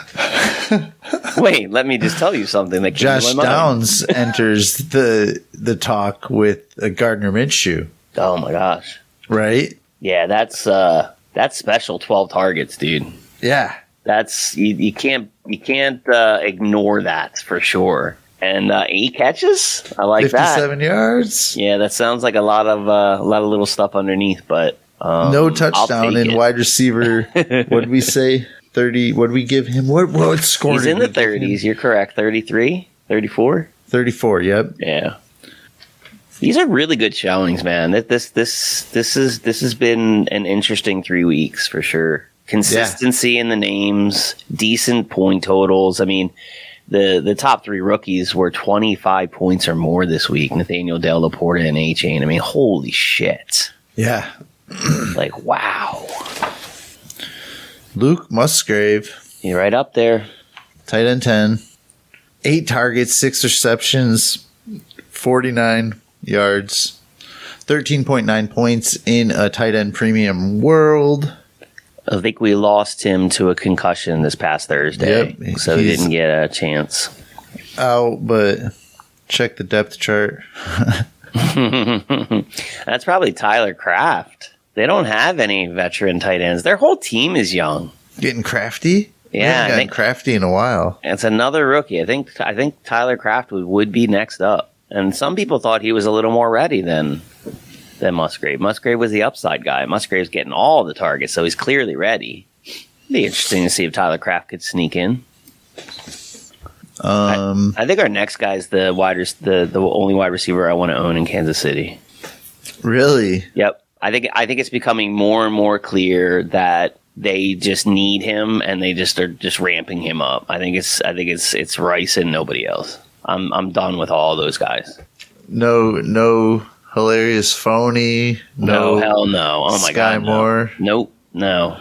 Speaker 4: [laughs] Wait, let me just tell you something that came
Speaker 3: Josh
Speaker 4: to my mind.
Speaker 3: Downs enters the the talk with uh, Gardner Minshew,
Speaker 4: Oh my gosh,
Speaker 3: right?
Speaker 4: yeah, that's uh, that's special. Twelve targets, dude.
Speaker 3: Yeah,
Speaker 4: That's you, you can't you can't uh, ignore that for sure. And uh, eight catches, I like that.
Speaker 3: Fifty-seven yards,
Speaker 4: Yeah, that sounds like a lot of uh, a lot of little stuff underneath, but um,
Speaker 3: no
Speaker 4: I'll
Speaker 3: touchdown,
Speaker 4: take
Speaker 3: and
Speaker 4: it.
Speaker 3: wide
Speaker 4: [laughs]
Speaker 3: receiver. what would we say? Thirty? What would we give him? What? What score?
Speaker 4: He's
Speaker 3: did
Speaker 4: in
Speaker 3: we
Speaker 4: the
Speaker 3: give him?
Speaker 4: 30s. You're correct. 33, 34.
Speaker 3: Thirty-four. Yep.
Speaker 4: Yeah. These are really good showings, man. That this this this is this has been an interesting three weeks for sure. Consistency in the names, decent point totals. I mean, the the top three rookies were twenty five points or more this week. Nathaniel Dell, Laporta, and A Chain. I mean, holy shit!
Speaker 3: Yeah.
Speaker 4: Like, wow,
Speaker 3: Luke Musgrave,
Speaker 4: you're right up there.
Speaker 3: tight end ten, eight targets, six receptions, forty-nine yards, thirteen point nine points in a tight end premium world.
Speaker 4: I think we lost him to a concussion this past Thursday,
Speaker 3: Yep,
Speaker 4: so he
Speaker 3: he's-
Speaker 4: didn't get a chance.
Speaker 3: Out, but check the depth chart.
Speaker 4: [laughs] That's probably Tyler Kraft. They don't have any veteran tight ends. Their whole team is young.
Speaker 3: Getting crafty. We
Speaker 4: Yeah,
Speaker 3: haven't
Speaker 4: I
Speaker 3: gotten
Speaker 4: think-
Speaker 3: crafty in a while.
Speaker 4: It's another rookie. I think I think Tyler Kraft would, would be next up. And some people thought he was a little more ready than than Musgrave. Musgrave was the upside guy. Musgrave's getting all the targets, so he's clearly ready. Be interesting to see if Tyler Kraft could sneak in.
Speaker 3: Um,
Speaker 4: I think our next guy is the wide rec- the the only wide receiver I want to own in Kansas City.
Speaker 3: really?
Speaker 4: Yep. I think I think it's becoming more and more clear that they just need him and they just are just ramping him up. I think it's I think it's it's Rice and nobody else. I'm I'm done with all those guys.
Speaker 3: No, no hilarious phony.
Speaker 4: No,
Speaker 3: No,
Speaker 4: hell no. Oh my
Speaker 3: Sky
Speaker 4: god. no.
Speaker 3: Moore.
Speaker 4: Nope. No.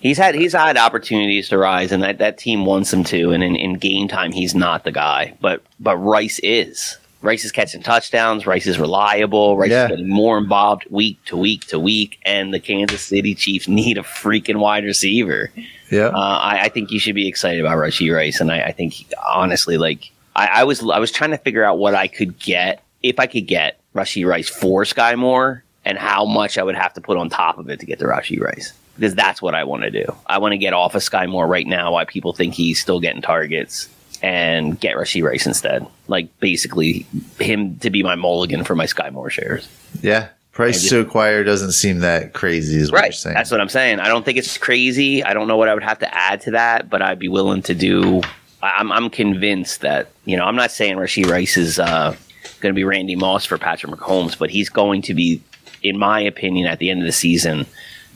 Speaker 4: He's had he's had opportunities to rise and that, that team wants him to and in, in game time he's not the guy. But but Rice is. Rice is catching touchdowns, Rice is reliable, Rice
Speaker 3: Yeah.
Speaker 4: is getting more involved week to week to week, and the Kansas City Chiefs need a freaking wide receiver.
Speaker 3: Yeah.
Speaker 4: Uh, I, I think you should be excited about Rushy Rice, and I, I think honestly, like I, I was, I was trying to figure out what I could get if I could get Rushy Rice for Sky Moore, and how much I would have to put on top of it to get the Rushy Rice because that's what I want to do. I want to get off of Sky Moore right now. Why people think he's still getting targets and get Rushy Rice instead, like basically him to be my mulligan for my Sky Moore shares.
Speaker 3: yeah. Price to acquire doesn't seem that crazy, is what you're saying.
Speaker 4: That's what I'm saying. I don't think it's crazy. I don't know what I would have to add to that, but I'd be willing to do. I- I'm I'm convinced that you know I'm not saying Rasheed Rice is uh, going to be Randy Moss for Patrick Mahomes, but he's going to be, in my opinion, at the end of the season,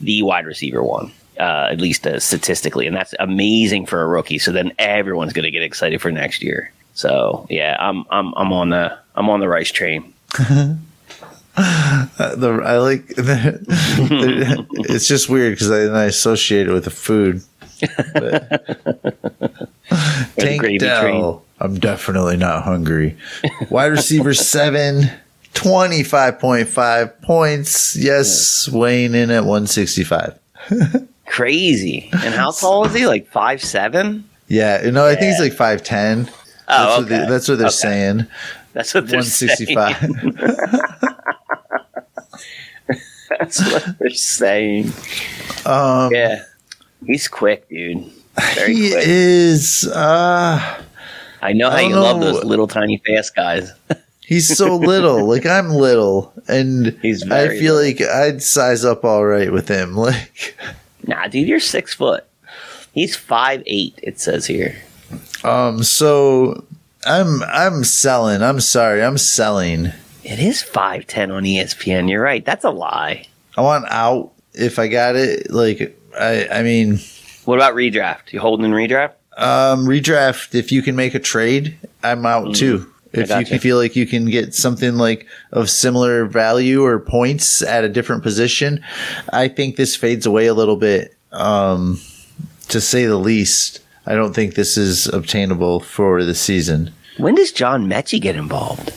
Speaker 4: the wide receiver one. Uh, at least uh, statistically, and that's amazing for a rookie. So then everyone's going to get excited for next year. So yeah, I'm I'm I'm on the I'm on the Rice train.
Speaker 3: Uh, the, I like. [laughs] it's just weird because I, then I associate it with the food.
Speaker 4: [laughs]
Speaker 3: But-
Speaker 4: the gravy
Speaker 3: Tank Dell. I'm definitely not hungry. Wide receiver seven. 25.5 points. Yes, weighing in at 165.
Speaker 4: Crazy.
Speaker 3: [laughs]
Speaker 4: And how tall is he? Like five seven.
Speaker 3: Yeah, no, I think he's like five ten. that's,
Speaker 4: Oh,
Speaker 3: what they,
Speaker 4: okay.
Speaker 3: that's what they're saying.
Speaker 4: That's what they're
Speaker 3: One sixty five.
Speaker 4: saying. [laughs] That's what they're saying.
Speaker 3: Um,
Speaker 4: Yeah. He's quick, dude. Very
Speaker 3: he
Speaker 4: quick.
Speaker 3: is. Uh,
Speaker 4: I know how
Speaker 3: I
Speaker 4: you
Speaker 3: don't
Speaker 4: love
Speaker 3: know.
Speaker 4: those little tiny fast guys.
Speaker 3: he's
Speaker 4: [laughs]
Speaker 3: so little. like I'm little, and
Speaker 4: He's
Speaker 3: I
Speaker 4: very
Speaker 3: feel like I'd size up all right with him. [laughs] Like,
Speaker 4: Nah, dude, you're six foot. He's five eight, it says here.
Speaker 3: um, so I'm I'm selling. I'm sorry, I'm selling.
Speaker 4: It is five ten on E ESPN. You're right. That's a lie.
Speaker 3: I want out if I got it. Like, I I mean,
Speaker 4: What about redraft? You holding in redraft?
Speaker 3: Um, redraft. If you can make a trade, I'm out too. If you
Speaker 4: gotcha.
Speaker 3: can feel like you can get something like of similar value or points at a different position, I think this fades away a little bit. Um, to say the least, I don't think this is obtainable for the season.
Speaker 4: When does John Mechie get involved?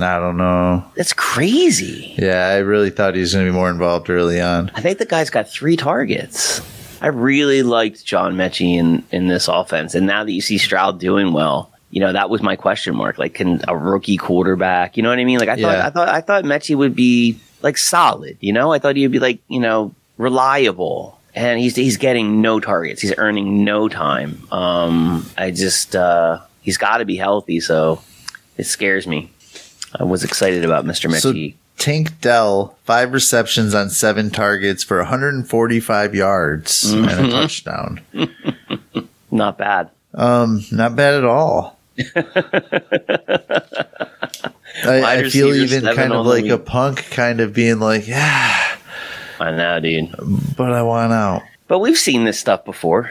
Speaker 3: I don't know.
Speaker 4: That's crazy.
Speaker 3: Yeah, I really thought he was going to be more involved early on.
Speaker 4: I think the guy's got three targets. I really liked John Mechie in, in this offense. And now that you see Stroud doing well, you know, that was my question mark. Like, can a rookie quarterback, you know what I mean? Like I thought
Speaker 3: Yeah.
Speaker 4: I thought I thought Mechie would be like solid, you know? I thought he would be like, you know, reliable. and he's he's getting no targets. He's earning no time. Um, I just uh, he's got to be healthy, so it scares me. I was excited about Mister
Speaker 3: So
Speaker 4: McKee.
Speaker 3: Tank Dell, five receptions on seven targets for 145 yards and a touchdown.
Speaker 4: Not bad.
Speaker 3: Um, not bad at
Speaker 4: [laughs]
Speaker 3: all. I, I feel
Speaker 4: receiver
Speaker 3: even
Speaker 4: seven
Speaker 3: kind
Speaker 4: on
Speaker 3: of
Speaker 4: the
Speaker 3: like a
Speaker 4: week.
Speaker 3: punk, kind of being like, yeah,
Speaker 4: I know, dude.
Speaker 3: but I want out.
Speaker 4: But we've seen this stuff before.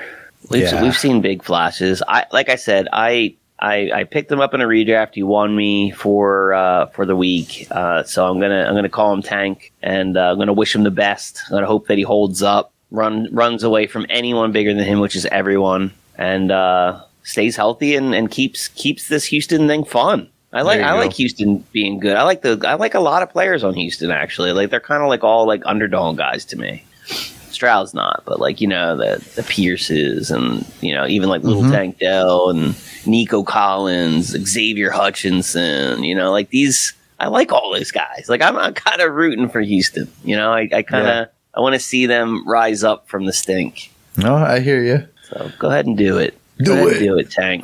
Speaker 4: We've
Speaker 3: Yeah.
Speaker 4: we've seen big flashes. I like I said, I I, I picked him up in a redraft. You won me for uh, for the week, uh, so I'm gonna I'm gonna call him Tank, and uh, I'm gonna wish him the best. I'm gonna hope that he holds up, run runs away from anyone bigger than him, which is everyone, and uh, stays healthy and, and keeps keeps this Houston thing fun. I like
Speaker 3: There you
Speaker 4: I
Speaker 3: go.
Speaker 4: like Houston being good. I like the I like a lot of players on Houston actually. Like they're kind of like all like underdog guys to me. Stroud's not, but like you know the the Pierces and you know even like
Speaker 3: Mm-hmm.
Speaker 4: Little Tank Dell and Nico Collins, Xavier Hutchinson. You know, like these. I like all those guys. Like I'm, I'm kind of rooting for Houston. You know, I, I kind of
Speaker 3: Yeah.
Speaker 4: I want to see them rise up from the stink.
Speaker 3: No, I hear you.
Speaker 4: So go ahead and do it.
Speaker 3: Do
Speaker 4: go ahead
Speaker 3: it.
Speaker 4: and do it, Tank.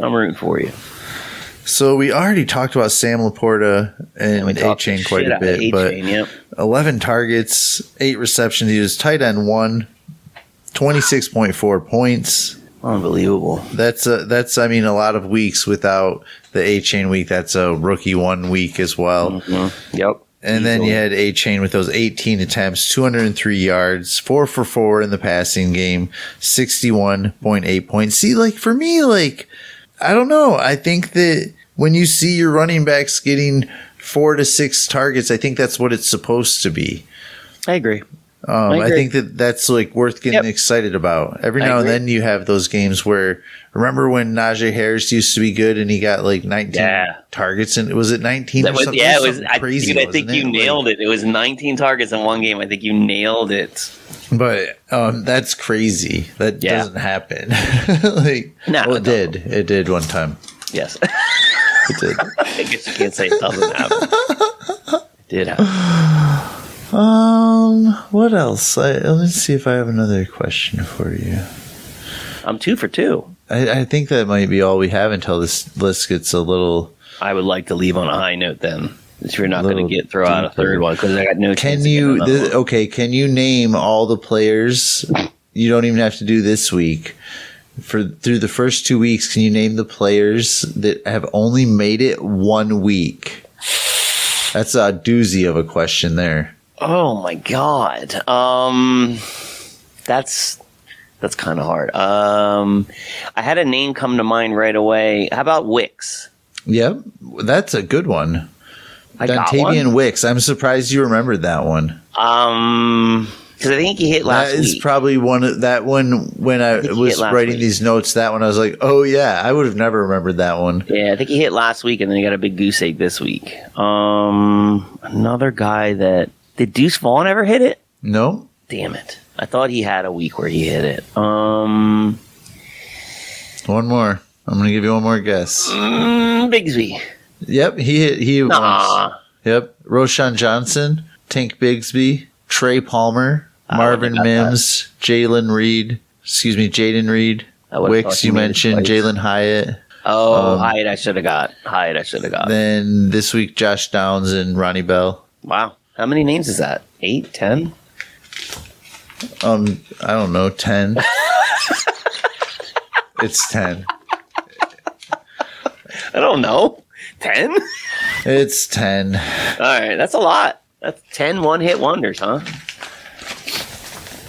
Speaker 4: I'm rooting for you.
Speaker 3: So we already talked about Sam Laporta and A
Speaker 4: talked the
Speaker 3: Chain quite
Speaker 4: shit
Speaker 3: a
Speaker 4: out of
Speaker 3: bit, but
Speaker 4: A-Chain, yep.
Speaker 3: 11 targets, eight receptions. He was tight end one, 26.4 points.
Speaker 4: unbelievable.
Speaker 3: That's a, that's I mean a lot of weeks without the A chain week. That's a rookie one week as
Speaker 4: Mm-hmm.
Speaker 3: well.
Speaker 4: Yep.
Speaker 3: And then you had A chain with those 18 attempts, 203 yards, four for four in the passing game, 61.8 points. See, like for me, like I don't know. I think that when you see your running backs getting four to six targets, I think that's what it's supposed to be.
Speaker 4: I agree.
Speaker 3: Um, I,
Speaker 4: agree.
Speaker 3: think that that's like worth getting
Speaker 4: Yep.
Speaker 3: excited about. Every
Speaker 4: I
Speaker 3: now and
Speaker 4: agree.
Speaker 3: then you have those games where remember when Najee Harris used to be good and he got like 19
Speaker 4: Yeah.
Speaker 3: targets and was it 19
Speaker 4: That
Speaker 3: or
Speaker 4: was,
Speaker 3: something?
Speaker 4: yeah, it
Speaker 3: Something
Speaker 4: was I,
Speaker 3: crazy.
Speaker 4: dude, I think you nailed it. It was 19 targets in one game. I think you nailed it.
Speaker 3: But um, that's crazy. That
Speaker 4: Yeah.
Speaker 3: doesn't happen. [laughs] like,
Speaker 4: No,
Speaker 3: well, it
Speaker 4: no.
Speaker 3: did. It did one time.
Speaker 4: Yes, [laughs]
Speaker 3: It did.
Speaker 4: I guess you can't say it doesn't
Speaker 3: [laughs]
Speaker 4: happen. It did happen.
Speaker 3: um, what else? I, let me see if I have another question for you.
Speaker 4: I'm two for two.
Speaker 3: I, I think that might be all we have until this list gets a little.
Speaker 4: I would like to leave on a high note then. If you're not going
Speaker 3: Little
Speaker 4: to get throw out a
Speaker 3: deeper.
Speaker 4: third one because I got no. chance
Speaker 3: Can
Speaker 4: of getting
Speaker 3: you
Speaker 4: another
Speaker 3: th-
Speaker 4: one.
Speaker 3: okay? Can you name all the players? You don't even have to do this week. For through the first two weeks, can you name the players that have only made it one week? That's a doozy of a question there.
Speaker 4: Oh my god. Um, that's that's kind of hard. Um, I had a name come to mind right away. How about Wicks?
Speaker 3: Yep, that's a good one.
Speaker 4: I
Speaker 3: Dontavian Wicks. I'm surprised you remembered that one.
Speaker 4: got one. Um, because I think he hit last
Speaker 3: that is
Speaker 4: week.
Speaker 3: probably one. Of, that one when I,
Speaker 4: think he
Speaker 3: was
Speaker 4: hit last
Speaker 3: writing
Speaker 4: week.
Speaker 3: these notes, that one I was like, oh yeah, I would have never remembered that one.
Speaker 4: yeah, I think he hit last week, and then he got a big goose egg this week. Um, another guy that did Deuce Vaughn ever hit it?
Speaker 3: No,
Speaker 4: Damn it! I thought he had a week where he hit it. Um,
Speaker 3: one more. I'm gonna give you one more guess.
Speaker 4: mm, Bigsby.
Speaker 3: Yep, he hit he hit once.
Speaker 4: Nah.
Speaker 3: Yep, Roshan Johnson, Tank Bigsby, Trey Palmer, Marvin
Speaker 4: got that.
Speaker 3: Mims, Jalen Reed. Excuse me, Jaden Reed.
Speaker 4: I would've
Speaker 3: Wicks,
Speaker 4: thought
Speaker 3: you
Speaker 4: he made it
Speaker 3: mentioned
Speaker 4: twice.
Speaker 3: Jalen Hyatt.
Speaker 4: Oh, Hyatt, I should have got Hyatt. I should have got.
Speaker 3: Then this week, Josh Downs and Ronnie Bell.
Speaker 4: Wow. How many names is that? Eight, ten?
Speaker 3: Um, I don't know, ten.
Speaker 4: [laughs]
Speaker 3: it's ten.
Speaker 4: I don't know. [laughs] Ten? All
Speaker 3: It's ten.
Speaker 4: right. That's a lot. That's 10 one hit wonders, huh?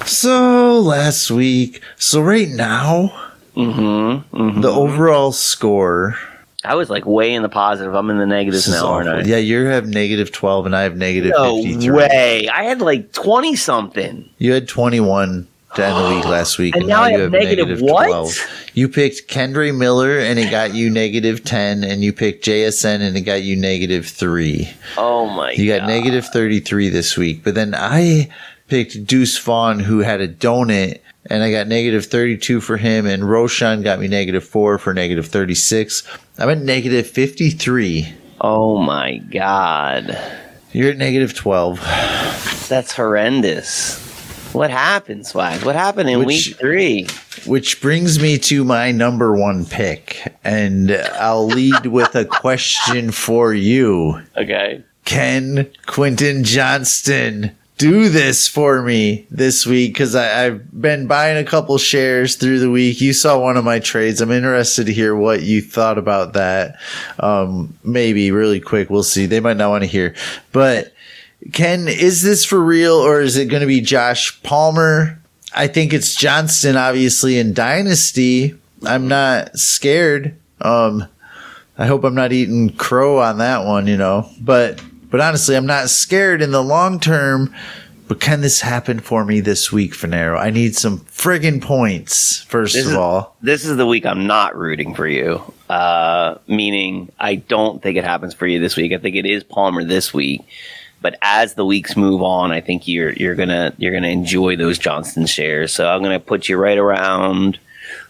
Speaker 3: So last week, so right now,
Speaker 4: Mm-hmm. hmm
Speaker 3: the overall score.
Speaker 4: I was like way in the positive. I'm in the negatives
Speaker 3: This is
Speaker 4: now, aren't I?
Speaker 3: awful. Yeah, you have negative twelve, and I have negative
Speaker 4: No
Speaker 3: fifty-three.
Speaker 4: way. I had like 20 something.
Speaker 3: You had 21 to end
Speaker 4: [gasps]
Speaker 3: the week last week,
Speaker 4: And now I
Speaker 3: you
Speaker 4: have negative what?
Speaker 3: You picked Kendra Miller, and it got you [laughs] negative 10, and you picked JSN, and it got you negative 3.
Speaker 4: Oh my
Speaker 3: You got
Speaker 4: God.
Speaker 3: negative 33 this week. But then I picked Deuce Vaughn, who had a donut, and I got negative 32 for him, and Roshan got me negative 4 for negative 36. I'm at negative 53.
Speaker 4: oh my God.
Speaker 3: You're at negative 12.
Speaker 4: That's horrendous. What happened, Swag? What happened in
Speaker 3: Which-
Speaker 4: week three?
Speaker 3: Which brings me to my number one pick, and I'll lead with a question for you.
Speaker 4: Okay.
Speaker 3: Can Quentin Johnston do this for me this week? Because I've been buying a couple shares through the week. You saw one of my trades. I'm interested to hear what you thought about that. Um, maybe really quick. We'll see. They might not want to hear. But Ken, is this for real or is it going to be Josh Palmer? I think it's Johnston, obviously, in Dynasty. I'm not scared. Um, I hope I'm not eating crow on that one, you know. But but honestly, I'm not scared in the long term. But can this happen for me this week, Finero? I need some friggin' points, first
Speaker 4: This
Speaker 3: of
Speaker 4: is-
Speaker 3: all.
Speaker 4: This is the week I'm not rooting for you. Uh, meaning, I don't think it happens for you this week. I think it is Palmer this week. But as the weeks move on, I think you're you're gonna you're gonna enjoy those Johnston shares. So I'm gonna put you right around,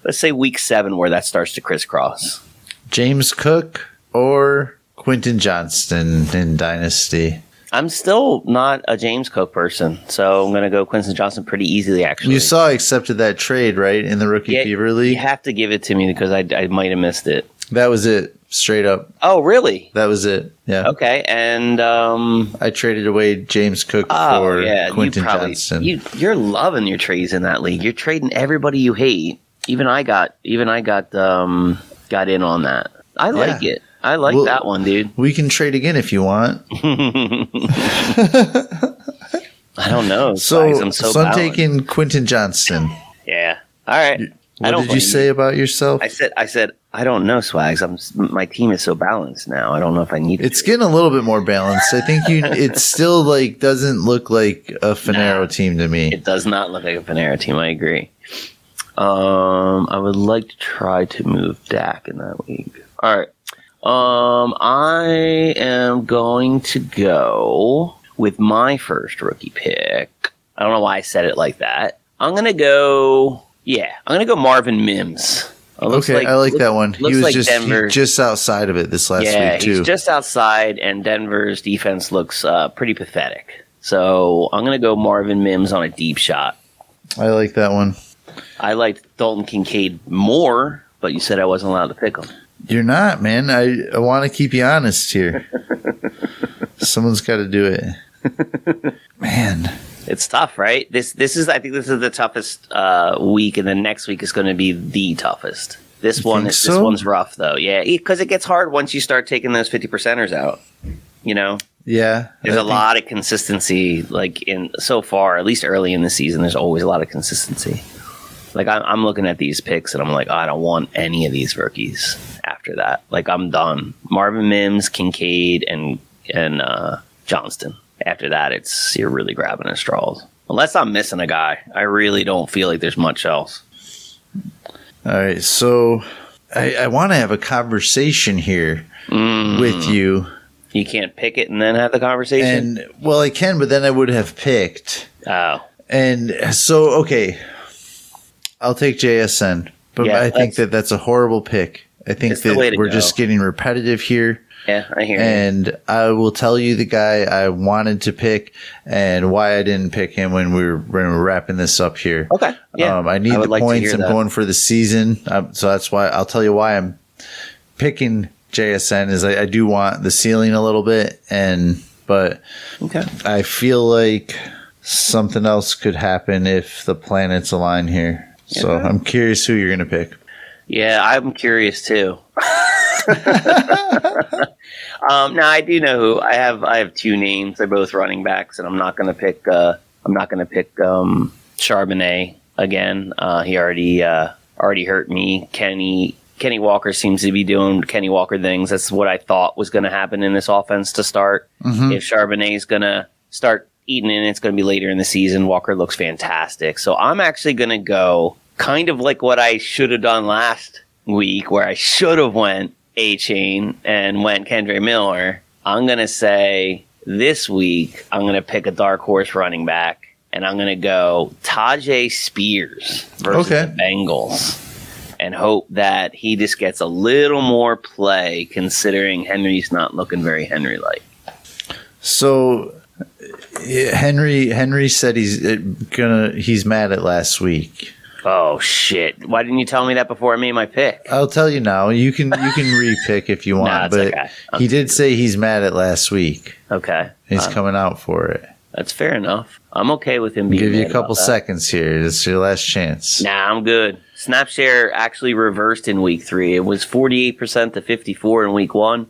Speaker 4: let's say week seven, where that starts to crisscross.
Speaker 3: James Cook or Quentin Johnston in Dynasty.
Speaker 4: I'm still not a James Cook person, so I'm gonna go Quinton Johnson pretty easily. Actually,
Speaker 3: You saw I accepted that trade, right? In the Rookie
Speaker 4: Yeah,
Speaker 3: Fever
Speaker 4: you
Speaker 3: League.
Speaker 4: have to give it to me because I I might have missed it.
Speaker 3: That was it. Straight up.
Speaker 4: Oh, really?
Speaker 3: That was it. Yeah.
Speaker 4: Okay, and um,
Speaker 3: I traded away James Cook
Speaker 4: Oh
Speaker 3: for
Speaker 4: yeah,
Speaker 3: Quentin
Speaker 4: you probably
Speaker 3: Johnston.
Speaker 4: you you're loving your trades in that league. You're trading everybody you hate. Even I got even I got um got in on that. I like it. I like
Speaker 3: Well-
Speaker 4: that one, dude.
Speaker 3: we can trade again if you want.
Speaker 4: I don't know.
Speaker 3: So,
Speaker 4: guys, I'm so,
Speaker 3: so I'm
Speaker 4: balanced.
Speaker 3: taking Quentin Johnston.
Speaker 4: Yeah. All right. I
Speaker 3: What
Speaker 4: don't
Speaker 3: did you
Speaker 4: blame
Speaker 3: say about yourself?
Speaker 4: I said I said I don't know swags. I'm s- my team is so balanced now. I don't know if I need
Speaker 3: It's
Speaker 4: to.
Speaker 3: getting a little bit more balanced. I think
Speaker 4: [laughs]
Speaker 3: you. It still like doesn't look like a Finero team to me.
Speaker 4: It does not look like a Panera team. I agree. Um, I would like to try to move Dak in that league. All right. Um, I am going to go with my first rookie pick. I don't know why I said it like that. I'm gonna go. Yeah, I'm gonna go Marvin Mims. It looks
Speaker 3: Okay, I like
Speaker 4: look-
Speaker 3: that one. He
Speaker 4: looks
Speaker 3: was
Speaker 4: like
Speaker 3: just
Speaker 4: Denver-
Speaker 3: he, just outside of it this last
Speaker 4: yeah,
Speaker 3: week too.
Speaker 4: he's just outside, and Denver's defense looks uh, pretty pathetic. So I'm gonna go Marvin Mims on a deep shot.
Speaker 3: I like that one.
Speaker 4: I liked Dalton Kincaid more, but you said I wasn't allowed to pick him.
Speaker 3: You're not, man. I, I want to keep you honest
Speaker 4: [laughs]
Speaker 3: here. Someone's got to do it, man.
Speaker 4: It's tough, right? This this is I think this is the toughest uh, week, and then next week is going to be the toughest. This one
Speaker 3: think
Speaker 4: is this
Speaker 3: so?
Speaker 4: one's rough though, yeah, because it gets hard once you start taking those fifty percenters out. You know,
Speaker 3: Yeah,
Speaker 4: there's
Speaker 3: I
Speaker 4: a
Speaker 3: think-
Speaker 4: lot of consistency, like in so far, at least early in the season. There's always a lot of consistency. Like I'm, I'm looking at these picks and I'm like, I don't want any of these rookies after that. Like I'm done. Marvin Mims, Kincaid, and and uh, Johnston. After that, it's you're really grabbing at straws. Unless I'm missing a guy, I really don't feel like there's much else.
Speaker 3: All right, so I, I want to have a conversation here
Speaker 4: Mm.
Speaker 3: with you,
Speaker 4: You can't pick it and then have the conversation.
Speaker 3: and well, I can, but then I would have picked.
Speaker 4: oh,
Speaker 3: And so, okay, I'll take JSN, but
Speaker 4: Yeah,
Speaker 3: I think
Speaker 4: that's-
Speaker 3: that that's a horrible pick. I think
Speaker 4: It's the
Speaker 3: that
Speaker 4: way to
Speaker 3: we're
Speaker 4: go.
Speaker 3: just getting repetitive here.
Speaker 4: yeah, I hear you.
Speaker 3: And I will tell you the guy I wanted to pick and why I didn't pick him when we were, when we were wrapping this up here.
Speaker 4: Okay, yeah,
Speaker 3: Um, I need
Speaker 4: would
Speaker 3: the
Speaker 4: like to
Speaker 3: points.
Speaker 4: hear
Speaker 3: I'm
Speaker 4: that.
Speaker 3: going for the season. Um, so that's why I'll tell you why I'm picking JSN is I, I do want the ceiling a little bit. And, but
Speaker 4: Okay,
Speaker 3: I feel like something else could happen if the planets align here. So I'm curious who you're going to pick.
Speaker 4: Yeah, I'm curious too. um, now I do know who I have. I have two names. They're both running backs, and I'm not going to pick. Uh, I'm not going to pick um, Charbonnet again. Uh, he already uh, already hurt me. Kenny Kenny Walker seems to be doing Kenny Walker things. That's what I thought was going to happen in this offense to start. If Charbonnet's going to start eating in, it's going to be later in the season. Walker looks fantastic. So I'm actually going to go kind of like what I should have done last week, where I should have went A Chain and went Kendra Miller. I'm going to say this week, I'm going to pick a dark horse running back. And I'm going to go Tajay Spears versus
Speaker 3: Okay.
Speaker 4: the Bengals and hope that he just gets a little more play considering Henry's not looking very Henry like.
Speaker 3: So Yeah, Henry Henry said he's uh, gonna he's mad at last week.
Speaker 4: Oh shit! Why didn't you tell me that before I made my pick?
Speaker 3: I'll tell you now. You can you
Speaker 4: [laughs]
Speaker 3: can repick if you want,
Speaker 4: Nah, it's
Speaker 3: but
Speaker 4: okay.
Speaker 3: he did say he's mad at last week.
Speaker 4: Okay,
Speaker 3: He's
Speaker 4: Uh,
Speaker 3: coming out for it.
Speaker 4: that's fair enough. I'm okay with him being.
Speaker 3: give you
Speaker 4: mad
Speaker 3: a couple
Speaker 4: about that.
Speaker 3: seconds here. This is your last chance.
Speaker 4: Nah, I'm good. Snapshare actually reversed in week three. It was 48% to 54 in week one,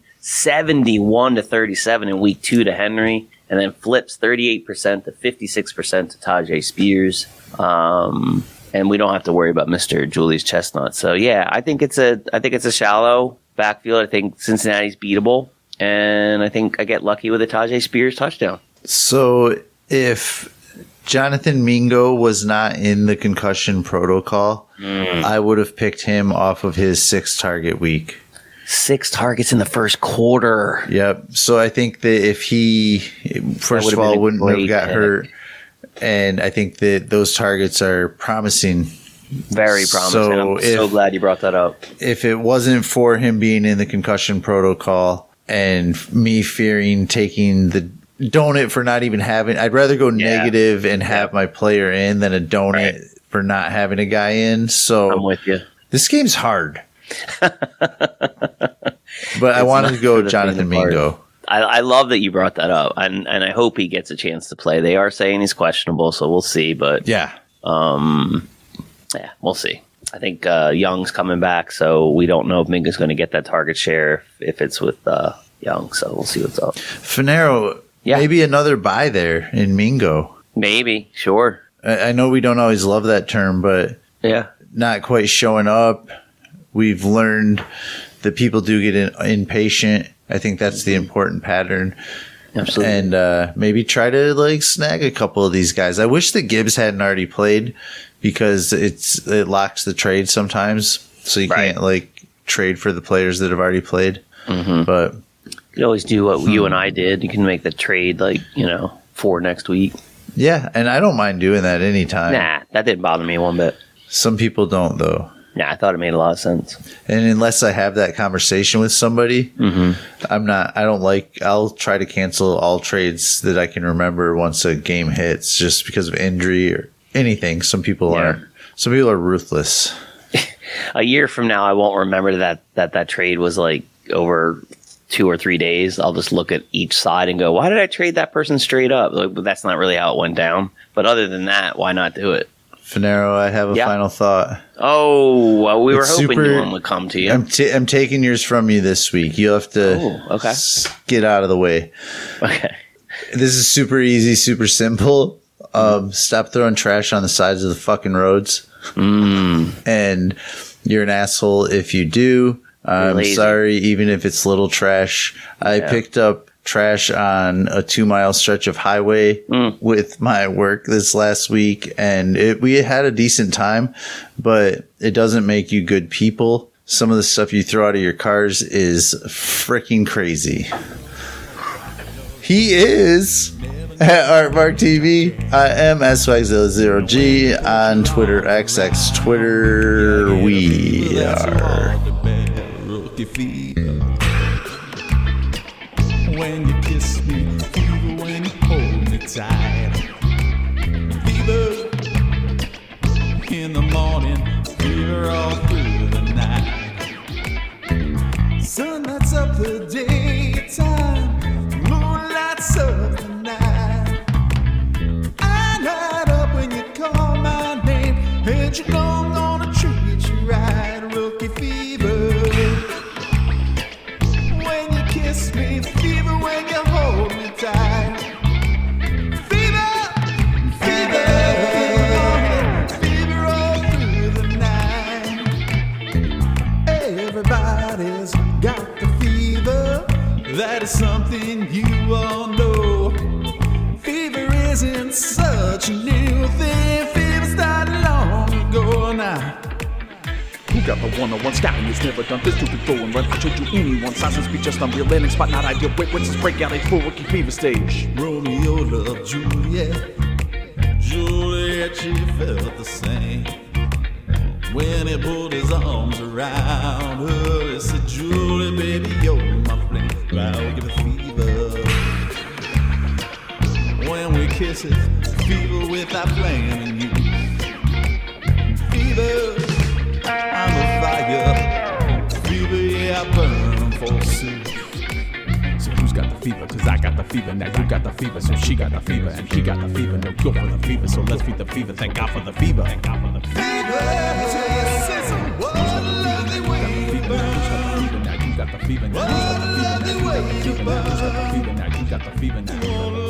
Speaker 4: 71 to 37 in week two to Henry, and then flips 38% to 56% to Tajay Spears. Um, and we don't have to worry about Mr. Julius Chestnut. So yeah, I think it's a I think it's a shallow backfield. I think Cincinnati's beatable. And I think I get lucky with a Tajay Spears touchdown.
Speaker 3: So if Jonathan Mingo was not in the concussion protocol,
Speaker 4: Mm.
Speaker 3: I would have picked him off of his six target week.
Speaker 4: Six targets in the first quarter.
Speaker 3: Yep. So I think that if he, first of
Speaker 4: would've been
Speaker 3: all,
Speaker 4: a
Speaker 3: wouldn't
Speaker 4: great
Speaker 3: have got
Speaker 4: pick.
Speaker 3: hurt, and I think that those targets are promising.
Speaker 4: Very promising.
Speaker 3: So
Speaker 4: I'm so
Speaker 3: if-
Speaker 4: glad you brought that up.
Speaker 3: If it wasn't for him being in the concussion protocol and me fearing taking the donut for not even having, I'd rather go
Speaker 4: Yeah.
Speaker 3: negative and have
Speaker 4: Yep.
Speaker 3: my player in than a donut
Speaker 4: Right.
Speaker 3: for not having a guy in. So
Speaker 4: I'm with you.
Speaker 3: This game's
Speaker 4: [laughs]
Speaker 3: hard. but I
Speaker 4: It's
Speaker 3: wanted
Speaker 4: not
Speaker 3: to go
Speaker 4: for the
Speaker 3: Jonathan
Speaker 4: faint of heart.
Speaker 3: Mingo.
Speaker 4: I, I love that you brought that up, and and I hope he gets a chance to play. They are saying he's questionable, so we'll see. But
Speaker 3: Yeah.
Speaker 4: yeah, we'll see. I think uh, Young's coming back, so we don't know if Minga's going to get that target share if it's with uh, Young. So we'll see what's up.
Speaker 3: Finero,
Speaker 4: Yeah.
Speaker 3: maybe another buy there in Mingo.
Speaker 4: Maybe, sure,
Speaker 3: I, I know we don't always love that term, but
Speaker 4: yeah,
Speaker 3: not quite showing up. We've learned that people do get in, impatient. I think that's the important pattern.
Speaker 4: absolutely.
Speaker 3: And uh, maybe try to like snag a couple of these guys. I wish that Gibbs hadn't already played because it's it locks the trade sometimes, so you
Speaker 4: Right.
Speaker 3: can't like trade for the players that have already played.
Speaker 4: Mm-hmm.
Speaker 3: But
Speaker 4: you can always do what you and
Speaker 3: Hmm.
Speaker 4: I did. You can make the trade, like you know, for next week.
Speaker 3: yeah, and I don't mind doing that anytime.
Speaker 4: Nah, that didn't bother me one bit.
Speaker 3: Some people don't though.
Speaker 4: Nah, I thought it made a lot of sense.
Speaker 3: And unless I have that conversation with somebody,
Speaker 4: Mm-hmm.
Speaker 3: I'm not. I don't like. I'll try to cancel all trades that I can remember once a game hits, just because of injury or anything. Some people
Speaker 4: Yeah.
Speaker 3: aren't. Some people are ruthless.
Speaker 4: a year from now i won't remember that that that trade was like over two or three days i'll just look at each side and go why did i trade that person straight up like but that's not really how it went down but other than that why not do it
Speaker 3: Finero, I have a
Speaker 4: Yeah.
Speaker 3: final thought.
Speaker 4: oh well, we were
Speaker 3: It's
Speaker 4: hoping
Speaker 3: super-
Speaker 4: you one would come to you
Speaker 3: I'm, t- I'm taking yours from you this week. You'll have to
Speaker 4: Oh, okay.
Speaker 3: s- get out of the way.
Speaker 4: [laughs] okay
Speaker 3: This is super easy, super simple. Um, stop throwing trash on the sides of the fucking roads. And you're an asshole if you do. I'm
Speaker 4: lazy.
Speaker 3: sorry, even if it's little trash. I picked up trash on a two mile stretch of highway with my work this last week, and it, we had a decent time, but it doesn't make you good people. Some of the stuff you throw out of your cars is freaking crazy. He is at Artmark TV. I am SYZ0G on Twitter, XX Twitter. We are.
Speaker 5: Rookie fever. When you kiss me, fever when you hold me tight. Fever in the morning, fever all through the night. Sun lights up the daytime, moon lights up the night. I light up when you call my name, and you know I'm gonna treat you right, rookie fever. When you kiss me, fever when you hold me tight. Fever, fever, fever, on me, fever all through the night. Everybody's got the fever. That is something you all know. Fever isn't such a new thing. Fever started long ago now.
Speaker 6: Who got the one-on-one scouting? It's never done this to before and run. I told you anyone. Size and speed just unreal. Landing spot not ideal. Wait, what's this breakout? A full rookie fever stage.
Speaker 5: Romeo loved Juliet. Juliet, she felt the same. When he put his arms around her, he said, Julie, baby, you're my flame. Now we give a fever. kisses, fever without planning you. Fever, I'm a fire. Fever, yeah, I burn for soup.
Speaker 6: So who's got the fever? Cause I got the fever. Now you got the fever. So she got the fever. And he got the fever. No cure for the fever. So let's feed the fever. Thank God for the fever. Thank God for the fever. Now you got the fever. Now you got the fever. Now you got the fever. Now you got the fever. Now you got the fever. Now you got the fever. Now you got the fever. Now you got the fever. Now you got the fever.